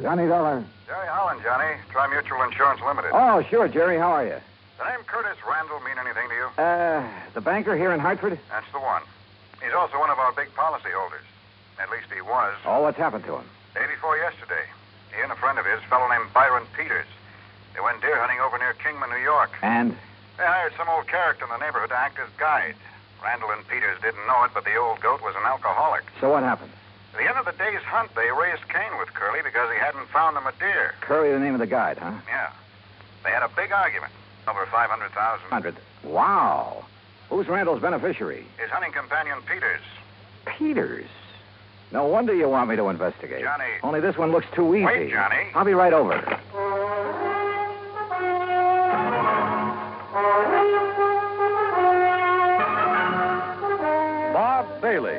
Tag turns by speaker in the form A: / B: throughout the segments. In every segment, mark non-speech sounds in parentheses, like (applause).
A: Johnny Dollar.
B: Jerry Holland, Johnny. Trimutual Insurance Limited.
A: Oh, sure, Jerry. How are you?
B: The name Curtis Randall mean anything to you?
A: Uh, the banker here in Hartford?
B: That's the one. He's also one of our big policyholders. At least he was.
A: Oh, what's happened to him?
B: Day before yesterday, he and a friend of his, a fellow named Byron Peters, they went deer hunting over near Kingman, New York.
A: And?
B: They hired some old character in the neighborhood to act as guide. Randall and Peters didn't know it, but the old goat was an alcoholic.
A: So what happened?
B: At the end of the day's hunt, they raised Cain with Curly because he hadn't found them a deer.
A: Curly, the name of the guide, huh?
B: Yeah. They had a big argument. Over 500,000.
A: Hundred. Wow. Who's Randall's beneficiary?
B: His hunting companion, Peters.
A: Peters. No wonder you want me to investigate.
B: Johnny.
A: Only this one looks too
C: Oh,
A: easy.
B: Wait, Johnny.
A: I'll be right over.
C: Bob Bailey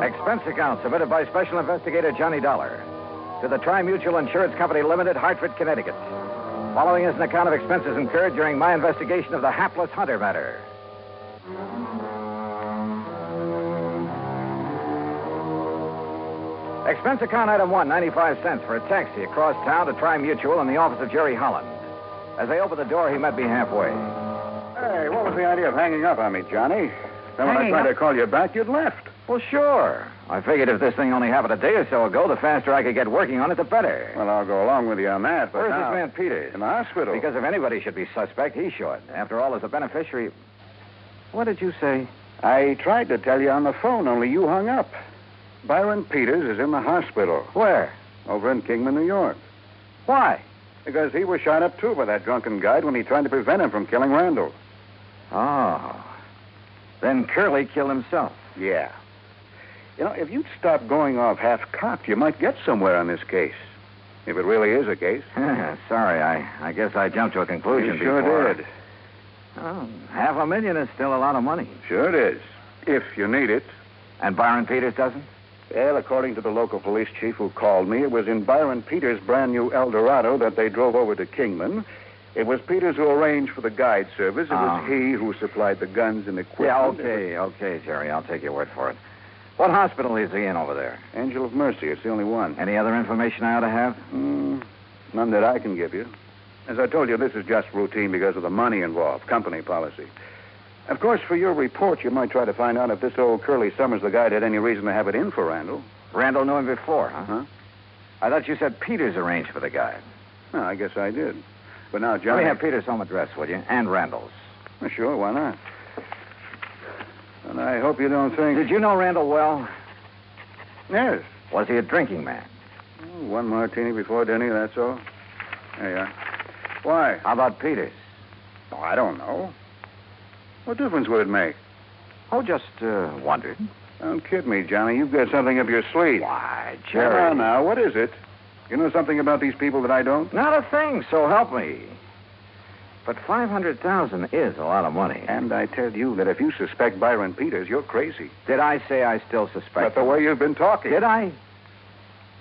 A: Expense account submitted by Special Investigator Johnny Dollar to the Trimutual Insurance Company Limited, Hartford, Connecticut. Following is an account of expenses incurred during my investigation of the hapless hunter matter. Expense account item one, 95 cents for a taxi across town to Trimutual and the office of Jerry Holland. As I opened the door, he met me halfway.
B: Hey, what was the idea of hanging up on me, Johnny? Then when I
A: Hanging
B: tried
A: up?
B: to call you back, you'd left.
A: Well, sure. I figured if this thing only happened a day or so ago, the faster I could get working on it, the better.
B: Well, I'll go along with you on that, but
A: Where's
B: now-
A: this man Peters?
B: In the hospital.
A: Because if anybody should be suspect, he should. After all, as a beneficiary. What did you say?
B: I tried to tell you on the phone, only you hung up. Byron Peters is in the hospital
A: Where?
B: over in Kingman, New York.
A: Why?
B: Because he was shot up, too, by that drunken guide when he tried to prevent him from killing Randall.
A: Oh. Then Curly killed (laughs) himself.
B: Yeah. You know, if you'd stop going off half cocked, you might get somewhere on this case. If it really is a (laughs) case.
A: Sorry, I, I guess I jumped to a conclusion
B: you sure
A: before.
B: did.
A: Oh, half a million is still a lot of money.
B: Sure it is. If you need it.
A: And Byron Peters doesn't?
B: Well, according to the local police chief who called me, it was in Byron Peters' brand new Eldorado that they drove over to Kingman. It was Peters who arranged for the guide service. It
A: Ah.
B: was he who supplied the guns and equipment.
A: yeah, okay, okay, Jerry. I'll take your word for it. What hospital is he in over there?
B: Angel of Mercy, it's the only one.
A: Any other information I ought to have?
B: Hmm, none that I can give you. As I told you, this is just routine because of the money involved, company policy. Of course, for your report, you might try to find out if this old Curly Summers, the guide, had any reason to have it in for Randall.
A: Randall knew him before, huh?
B: Huh?
A: I thought you said Peters arranged for the guy.
B: No, I guess I did. But now,
A: Let
B: Johnny.
A: me have Peter's home address, will you? And Randall's.
B: Well, Sure, why not? And I hope you don't think.
A: Did you know Randall well?
B: Yes.
A: Was he a drinking man?
B: Oh, One martini before dinner, that's all. There you are. Why?
A: How about Peters?
B: Oh, I don't know. What difference would it make?
A: Oh, just uh, wondered.
B: Don't kid me, Johnny. You've got something up your sleeve.
A: Why,
B: Come
A: Jerry?
B: on now, what is it? You know something about these people that I don't?
A: Not a thing, so help me. But 500000 is a lot of money.
B: And I tell you that if you suspect Byron Peters, you're crazy.
A: Did I say I still suspect
B: But the
A: him?
B: way you've been talking.
A: Did I?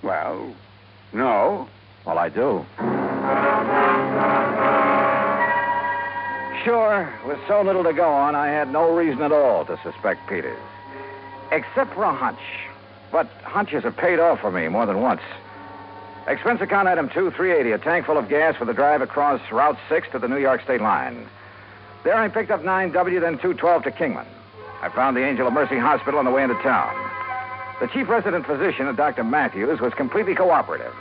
B: Well, no.
A: Well, I do. Sure, with so little to go on, I had no reason at all to suspect Peters. Except for a hunch. But hunches have paid off for me more than once. Expense account item two, 380, a tank full of gas for the drive across Route 6 to the New York State line. There I picked up 9W, then 212 to Kingman. I found the Angel of Mercy Hospital on the way into town. The chief resident physician, Dr. Matthews, was completely cooperative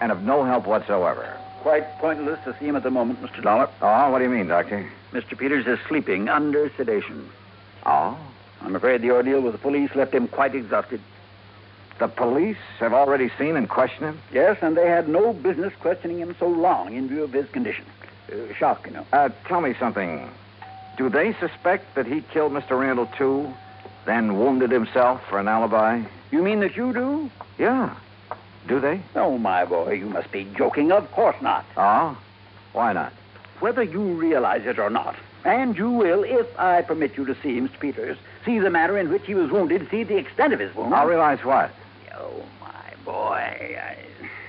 A: and of no help whatsoever.
D: Quite pointless to see him at the moment, Mr. Dollar.
A: Oh, what do you mean, Doctor?
D: Mr. Peters is sleeping under sedation.
A: Oh?
D: I'm afraid the ordeal with the police left him quite exhausted.
A: The police have already seen and questioned him?
D: Yes, and they had no business questioning him so long in view of his condition. Uh, shock, you know.
A: Uh, tell me something. Do they suspect that he killed Mr. Randall, too, then wounded himself for an alibi?
D: You mean that you do?
A: Yeah. Do they?
B: Oh, my boy, you must be joking. Of course not.
A: Oh? Why not?
B: Whether you realize it or not, and you will if I permit you to see him, Mr. Peters, see the manner in which he was wounded, see the extent of his wound.
A: I'll realize what?
B: Oh, my boy. I...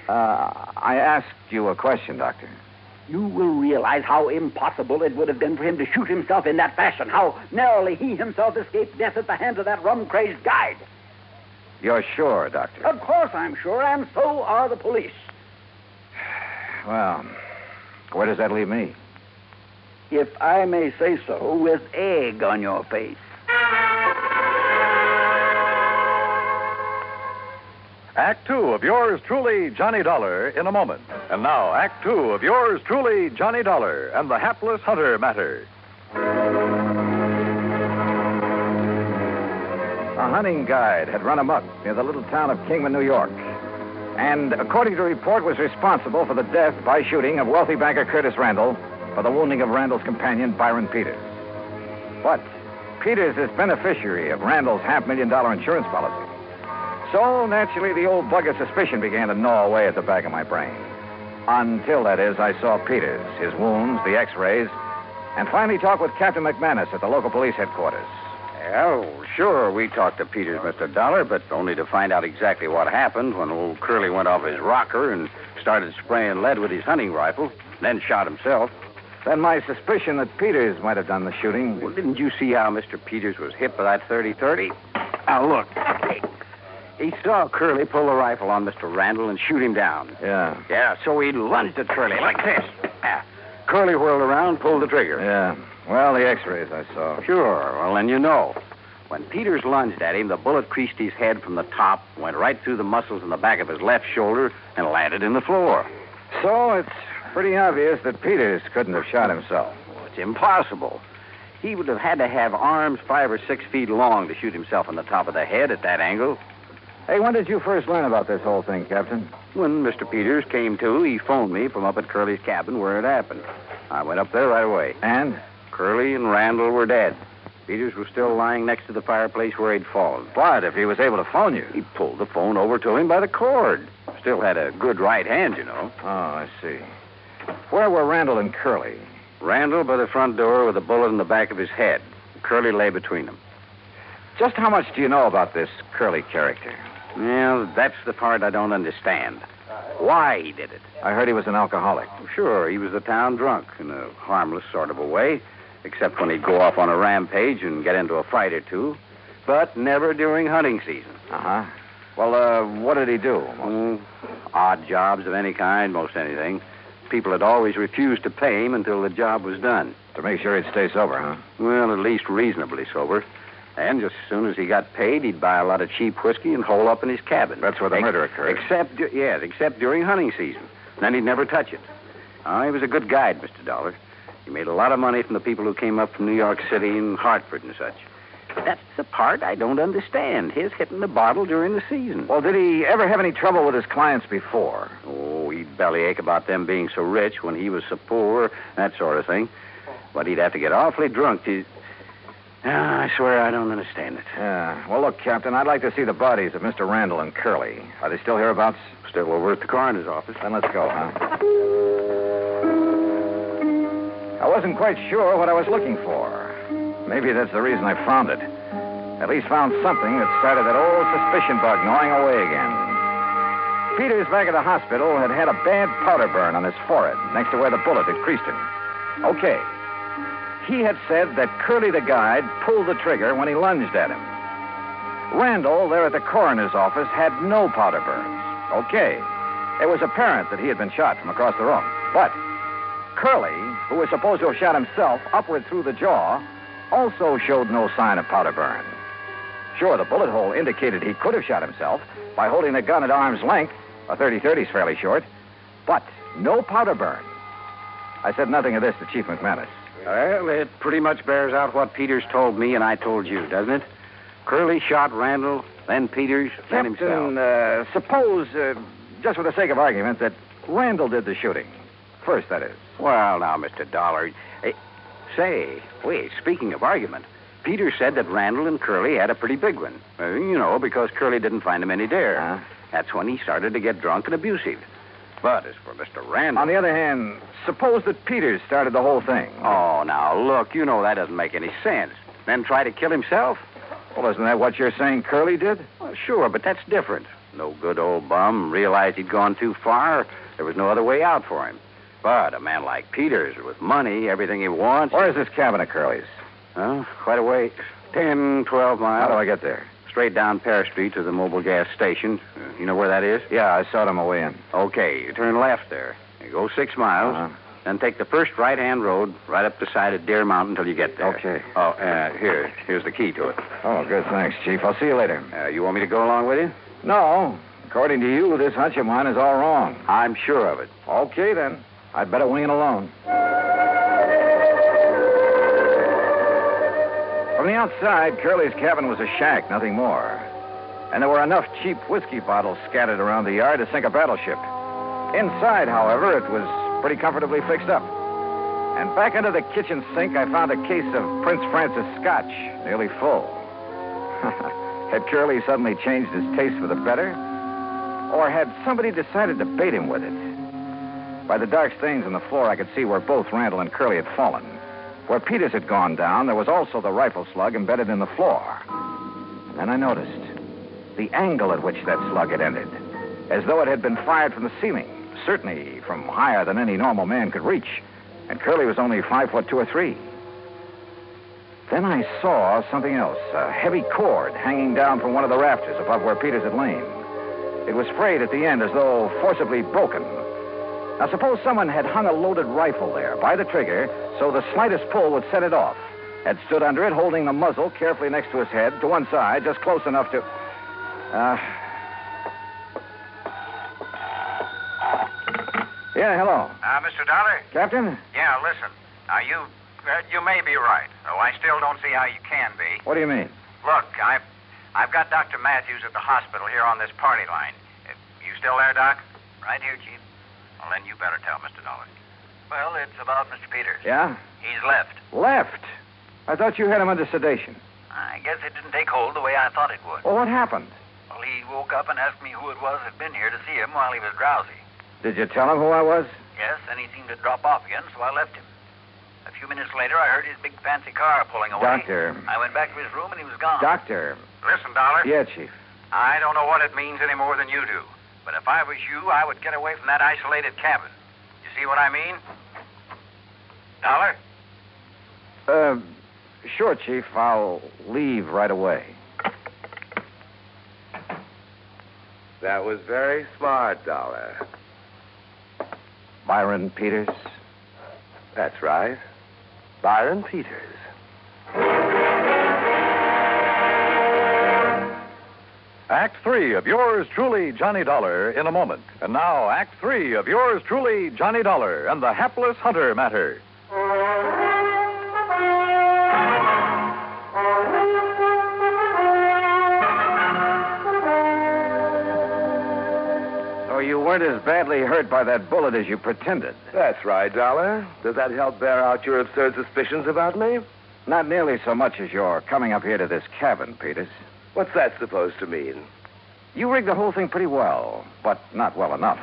A: Uh, I asked you a question, Doctor.
B: You will realize how impossible it would have been for him to shoot himself in that fashion, how narrowly he himself escaped death at the hands of that rum crazed guide.
A: You're sure, Doctor?
B: Of course, I'm sure, and so are the police.
A: Well, where does that leave me?
B: If I may say so, with egg on your face.
E: Act two of yours truly, Johnny Dollar, in a moment. And now, Act two of yours truly, Johnny Dollar, and the hapless hunter matter.
A: A hunting guide had run amuck near the little town of Kingman, New York, and according to report, was responsible for the death by shooting of wealthy banker Curtis Randall for the wounding of Randall's companion, Byron Peters. But Peters is beneficiary of Randall's half million dollar insurance policy. So naturally, the old bug of suspicion began to gnaw away at the back of my brain. Until, that is, I saw Peters, his wounds, the x rays, and finally talked with Captain McManus at the local police headquarters.
F: Well, sure, we talked to Peters, Mr. Dollar, but only to find out exactly what happened when old Curly went off his rocker and started spraying lead with his hunting rifle, then shot himself.
A: Then my suspicion that Peters might have done the shooting.
F: Well, didn't you see how Mr. Peters was hit by that 30-30? Now, look. He saw Curly pull the rifle on Mr. Randall and shoot him down.
A: Yeah,
F: Yeah, so he lunged at Curly like this. Ah. Curly whirled around, pulled the trigger.
A: yeah. Well, the x-rays I saw.
F: Sure. Well, then you know. When Peters lunged at him, the bullet creased his head from the top, went right through the muscles in the back of his left shoulder, and landed in the floor.
A: So it's pretty obvious that Peters couldn't have shot himself.
F: Well, it's impossible. He would have had to have arms five or six feet long to shoot himself in the top of the head at that angle.
A: Hey, when did you first learn about this whole thing, Captain?
F: When Mr. Peters came to, he phoned me from up at Curly's cabin where it happened. I went up there right away.
A: And?
F: Curly and Randall were dead. Peters was still lying next to the fireplace where he'd fallen.
A: What if he was able to phone you?
F: He pulled the phone over to him by the cord. Still had a good right hand, you know.
A: Oh, I see. Where were Randall and Curly?
F: Randall by the front door with a bullet in the back of his head. Curly lay between them.
A: Just how much do you know about this Curly character?
F: Well, that's the part I don't understand. Why he did it.
A: I heard he was an alcoholic.
F: Sure, he was a town drunk in a harmless sort of a way, except when he'd go off on a rampage and get into a fight or two, but never during hunting season.
A: Uh huh. Well, uh, what did he do?
F: Mm, odd jobs of any kind, most anything. People had always refused to pay him until the job was done.
A: To make sure he'd stay sober, huh?
F: Well, at least reasonably sober. And just as soon as he got paid, he'd buy a lot of cheap whiskey and hole up in his cabin.
A: That's where the
F: Ex-
A: murder occurred.
F: Except, du- yes, except during hunting season. Then he'd never touch it. Ah, he was a good guide, Mr. Dollar. He made a lot of money from the people who came up from New York City and Hartford and such. That's the part I don't understand. His hitting the bottle during the season.
A: Well, did he ever have any trouble with his clients before?
F: Oh, he'd bellyache about them being so rich when he was so poor, that sort of thing. But he'd have to get awfully drunk to. Ah, I swear I don't understand it.
A: Yeah. Well, look, Captain, I'd like to see the bodies of Mr. Randall and Curly. Are they still hereabouts?
F: Still over at the coroner's office.
A: Then let's go, huh? I wasn't quite sure what I was looking for. Maybe that's the reason I found it. At least found something that started that old suspicion bug gnawing away again. Peters back at the hospital had had a bad powder burn on his forehead next to where the bullet had creased him. Okay. He had said that Curly the guide pulled the trigger when he lunged at him. Randall, there at the coroner's office, had no powder burns. Okay. It was apparent that he had been shot from across the room. But Curly, who was supposed to have shot himself upward through the jaw, also showed no sign of powder burn. Sure, the bullet hole indicated he could have shot himself by holding the gun at arm's length. A 30 30 is fairly short. But no powder burn. I said nothing of this to Chief McManus.
F: Well, it pretty much bears out what Peters told me and I told you, doesn't it? Curly shot Randall, then Peters, then himself.
A: Captain, uh, suppose, uh, just for the sake of argument, that Randall did the shooting. First, that is.
F: Well, now, Mr. Dollar. eh, say, wait, speaking of argument, Eh, Peters said that Randall and Curly had a pretty big one. Uh, you know, because Curly didn't find him any there.
A: Huh?
F: That's when he started to get drunk and abusive. But as for Mr. Randall.
A: On the other hand, suppose that Peters started the whole thing.
F: Oh, now, look, you know that doesn't make any sense. Then try to kill himself?
A: Well, isn't that what you're saying Curly did?
F: Well, sure, but that's different. No good old bum realized he'd gone too far. There was no other way out for him. But a man like Peters, with money, everything he wants.
A: Where is this cabin of Curly's?
F: Well, quite a way. Ten, twelve miles.
A: How do I get there?
F: Straight down Pear Street to the mobile gas station. Uh, You know where that is?
A: Yeah, I saw them away in.
F: Okay, you turn left there. You go six miles.
A: Uh-huh.
F: Then take the first right-hand road right up the side of Deer Mountain till you get there.
A: Okay.
F: Oh, uh, here, here's the key to it.
A: Oh, good. Thanks, Chief. I'll see you later.
F: Uh, you want me to go along with you?
A: No. According to you, this hunch of mine is all wrong.
F: I'm sure of it.
A: Okay, then. I'd better wing it alone. From the outside, Curly's cabin was a shack, nothing more. And there were enough cheap whiskey bottles scattered around the yard to sink a battleship. Inside, however, it was pretty comfortably fixed up. And back under the kitchen sink, I found a case of Prince Francis scotch, nearly full. (laughs) had Curly suddenly changed his taste for the better? Or had somebody decided to bait him with it? By the dark stains on the floor, I could see where both Randall and Curly had fallen. Where Peters had gone down, there was also the rifle slug embedded in the floor. And then I noticed the angle at which that slug had ended, as though it had been fired from the ceiling, certainly from higher than any normal man could reach. And Curly was only five foot two or three. Then I saw something else a heavy cord hanging down from one of the rafters above where Peters had lain. It was frayed at the end as though forcibly broken, now, suppose someone had hung a loaded rifle there by the trigger so the slightest pull would set it off, had stood under it, holding the muzzle carefully next to his head to one side, just close enough to. Uh... Yeah, hello.
B: Uh, Mr. Dollar?
A: Captain?
B: Yeah, listen. Now, you, uh, you may be right, though I still don't see how you can be.
A: What do you mean?
B: Look, I've, I've got Dr. Matthews at the hospital here on this party line. Uh, You still there, Doc? Right here, Chief. Well, then you better tell Mr. Dollar. Well, it's about Mr. Peters.
A: Yeah?
B: He's left.
A: Left. I thought you had him under sedation.
B: I guess it didn't take hold the way I thought it would.
A: Well, what happened?
B: Well, he woke up and asked me who it was that'd been here to see him while he was drowsy.
A: Did you tell him who I was?
B: Yes, then he seemed to drop off again, so I left him. A few minutes later, I heard his big fancy car pulling away.
A: Doctor.
B: I went back to his room and he was gone.
A: Doctor.
B: Listen, Dollar.
A: Yeah, Chief.
B: I don't know what it means any more than you do. But if I was you, I would get away from that isolated cabin. You see what I mean? Dollar?
A: Uh, sure, Chief. I'll leave right away.
G: That was very smart, Dollar.
A: Byron Peters.
G: That's right. Byron Peters.
H: Act three of yours truly, Johnny Dollar, in a moment. And now, Act three of yours truly, Johnny Dollar, and the hapless hunter matter.
A: So you weren't as badly hurt by that bullet as you pretended.
G: That's right, Dollar. Does that help bear out your absurd suspicions about me?
A: Not nearly so much as your coming up here to this cabin, Peters.
G: What's that supposed to mean?
A: You rigged the whole thing pretty well, but not well enough.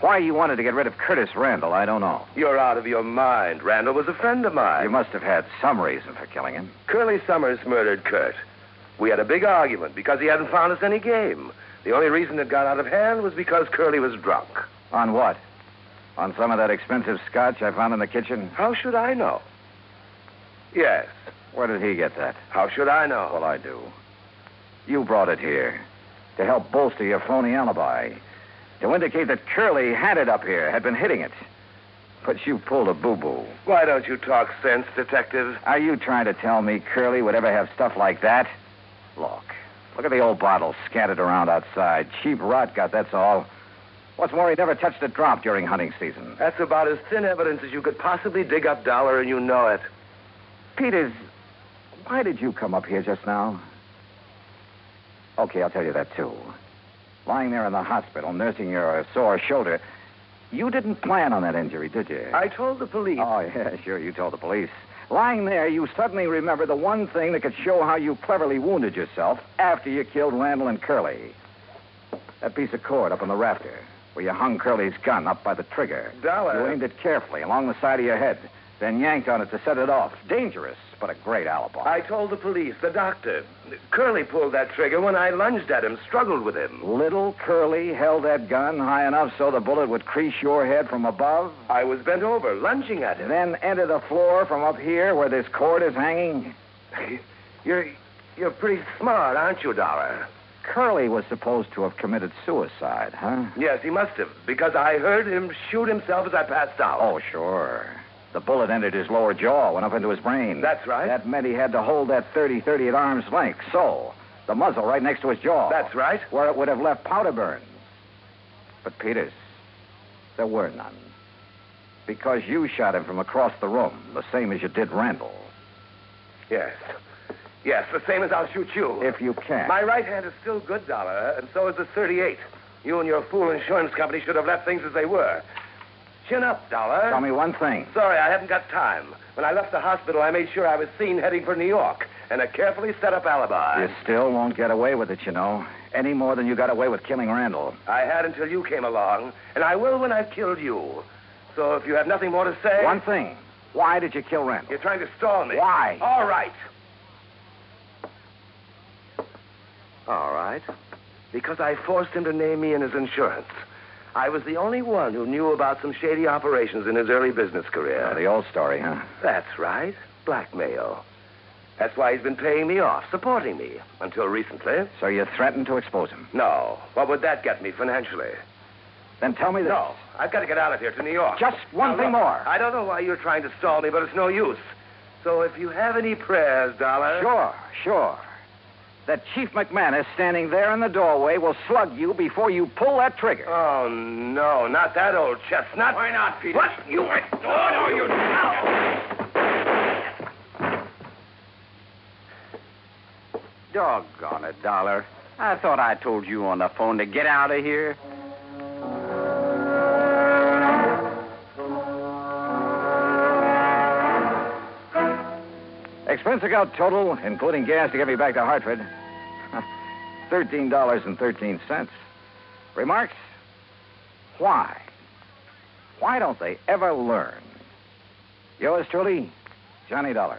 A: Why you wanted to get rid of Curtis Randall, I don't know.
G: You're out of your mind. Randall was a friend of mine.
A: You must have had some reason for killing him.
G: Curly Summers murdered Kurt. We had a big argument because he hadn't found us any game. The only reason it got out of hand was because Curly was drunk.
A: On what? On some of that expensive scotch I found in the kitchen?
G: How should I know? Yes.
A: Where did he get that?
G: How should I know?
A: Well, I do. You brought it here to help bolster your phony alibi, to indicate that Curly had it up here, had been hitting it. But you pulled a boo boo.
G: Why don't you talk sense, Detective?
A: Are you trying to tell me Curly would ever have stuff like that? Look, look at the old bottles scattered around outside. Cheap rot got, that's all. What's more, he never touched a drop during hunting season. Uh,
G: That's about as thin evidence as you could possibly dig up, Dollar, and you know it.
A: Peters, why did you come up here just now? Okay, I'll tell you that too. Lying there in the hospital, nursing your sore shoulder, you didn't plan on that injury, did you?
G: I told the police.
A: Oh, (laughs) yeah, sure, you told the police. Lying there, you suddenly remember the one thing that could show how you cleverly wounded yourself after you killed Randall and Curly. That piece of cord up on the rafter, where you hung Curly's gun up by the trigger.
B: Dollar.
A: You aimed it carefully along the side of your head, then yanked on it to set it off. Dangerous, but a great alibi.
G: I told the police, the doctor. Curly pulled that trigger when I lunged at him, struggled with him.
A: Little Curly held that gun high enough so the bullet would crease your head from above,
G: I was bent over, lunging at him.
A: then enter the floor from up here where this cord is hanging.
G: (laughs) You're, you're pretty smart, aren't you, Dollar?
A: Curly was supposed to have committed suicide, huh?
G: Yes, he must have, because I heard him shoot himself as I passed out.
A: Oh, sure. The bullet entered his lower jaw, went up into his brain.
G: That's right.
A: That meant he had to hold that 30 30 at arm's length, so. The muzzle right next to his jaw.
G: That's right.
A: Where it would have left powder burns. But, Peters, there were none. Because you shot him from across the room, the same as you did Randall.
G: Yes. Yes, the same as I'll shoot you.
A: If you can.
G: My right hand is still good, Dollar, and so is the 38. You and your fool insurance company should have left things as they were. Chin up, Dollar.
A: Tell me one thing.
G: Sorry, I haven't got time. When I left the hospital, I made sure I was seen heading for New York, and a carefully set up alibi.
A: You still won't get away with it, you know, any more than you got away with killing Randall.
G: I had until you came along, and I will when I've killed you. So if you have nothing more to say,
A: One thing. Why did you kill Randall?
G: you're trying to stall me.
A: Why?
G: All right. All right. Because I forced him to name me in his insurance. I was the only one who knew about some shady operations in his early business career.
A: Oh, the old story, huh?
G: That's right. Blackmail. That's why he's been paying me off, supporting me, until recently.
A: So you threatened to expose him.
G: No. What would that get me financially?
A: Then tell me this.
G: No. I've got to get out of here to New York.
A: Just one
G: Now,
A: thing
G: look,
A: more.
G: I don't know why you're trying to stall me, but it's no use. So if you have any prayers, Dollar.
A: Sure, sure. That Chief McManus standing there in the doorway will slug you before you pull that trigger.
G: Oh, no, not that old chestnut. Why not, Peter? What? You went. Oh, no, you.
F: Doggone it, Dollar. I thought I told you on the phone to get out of here.
A: Expense account total, including gas to get me back to Hartford, (laughs) $13.13. Remarks? Why? Why don't they ever learn? Yours truly, Johnny Dollar.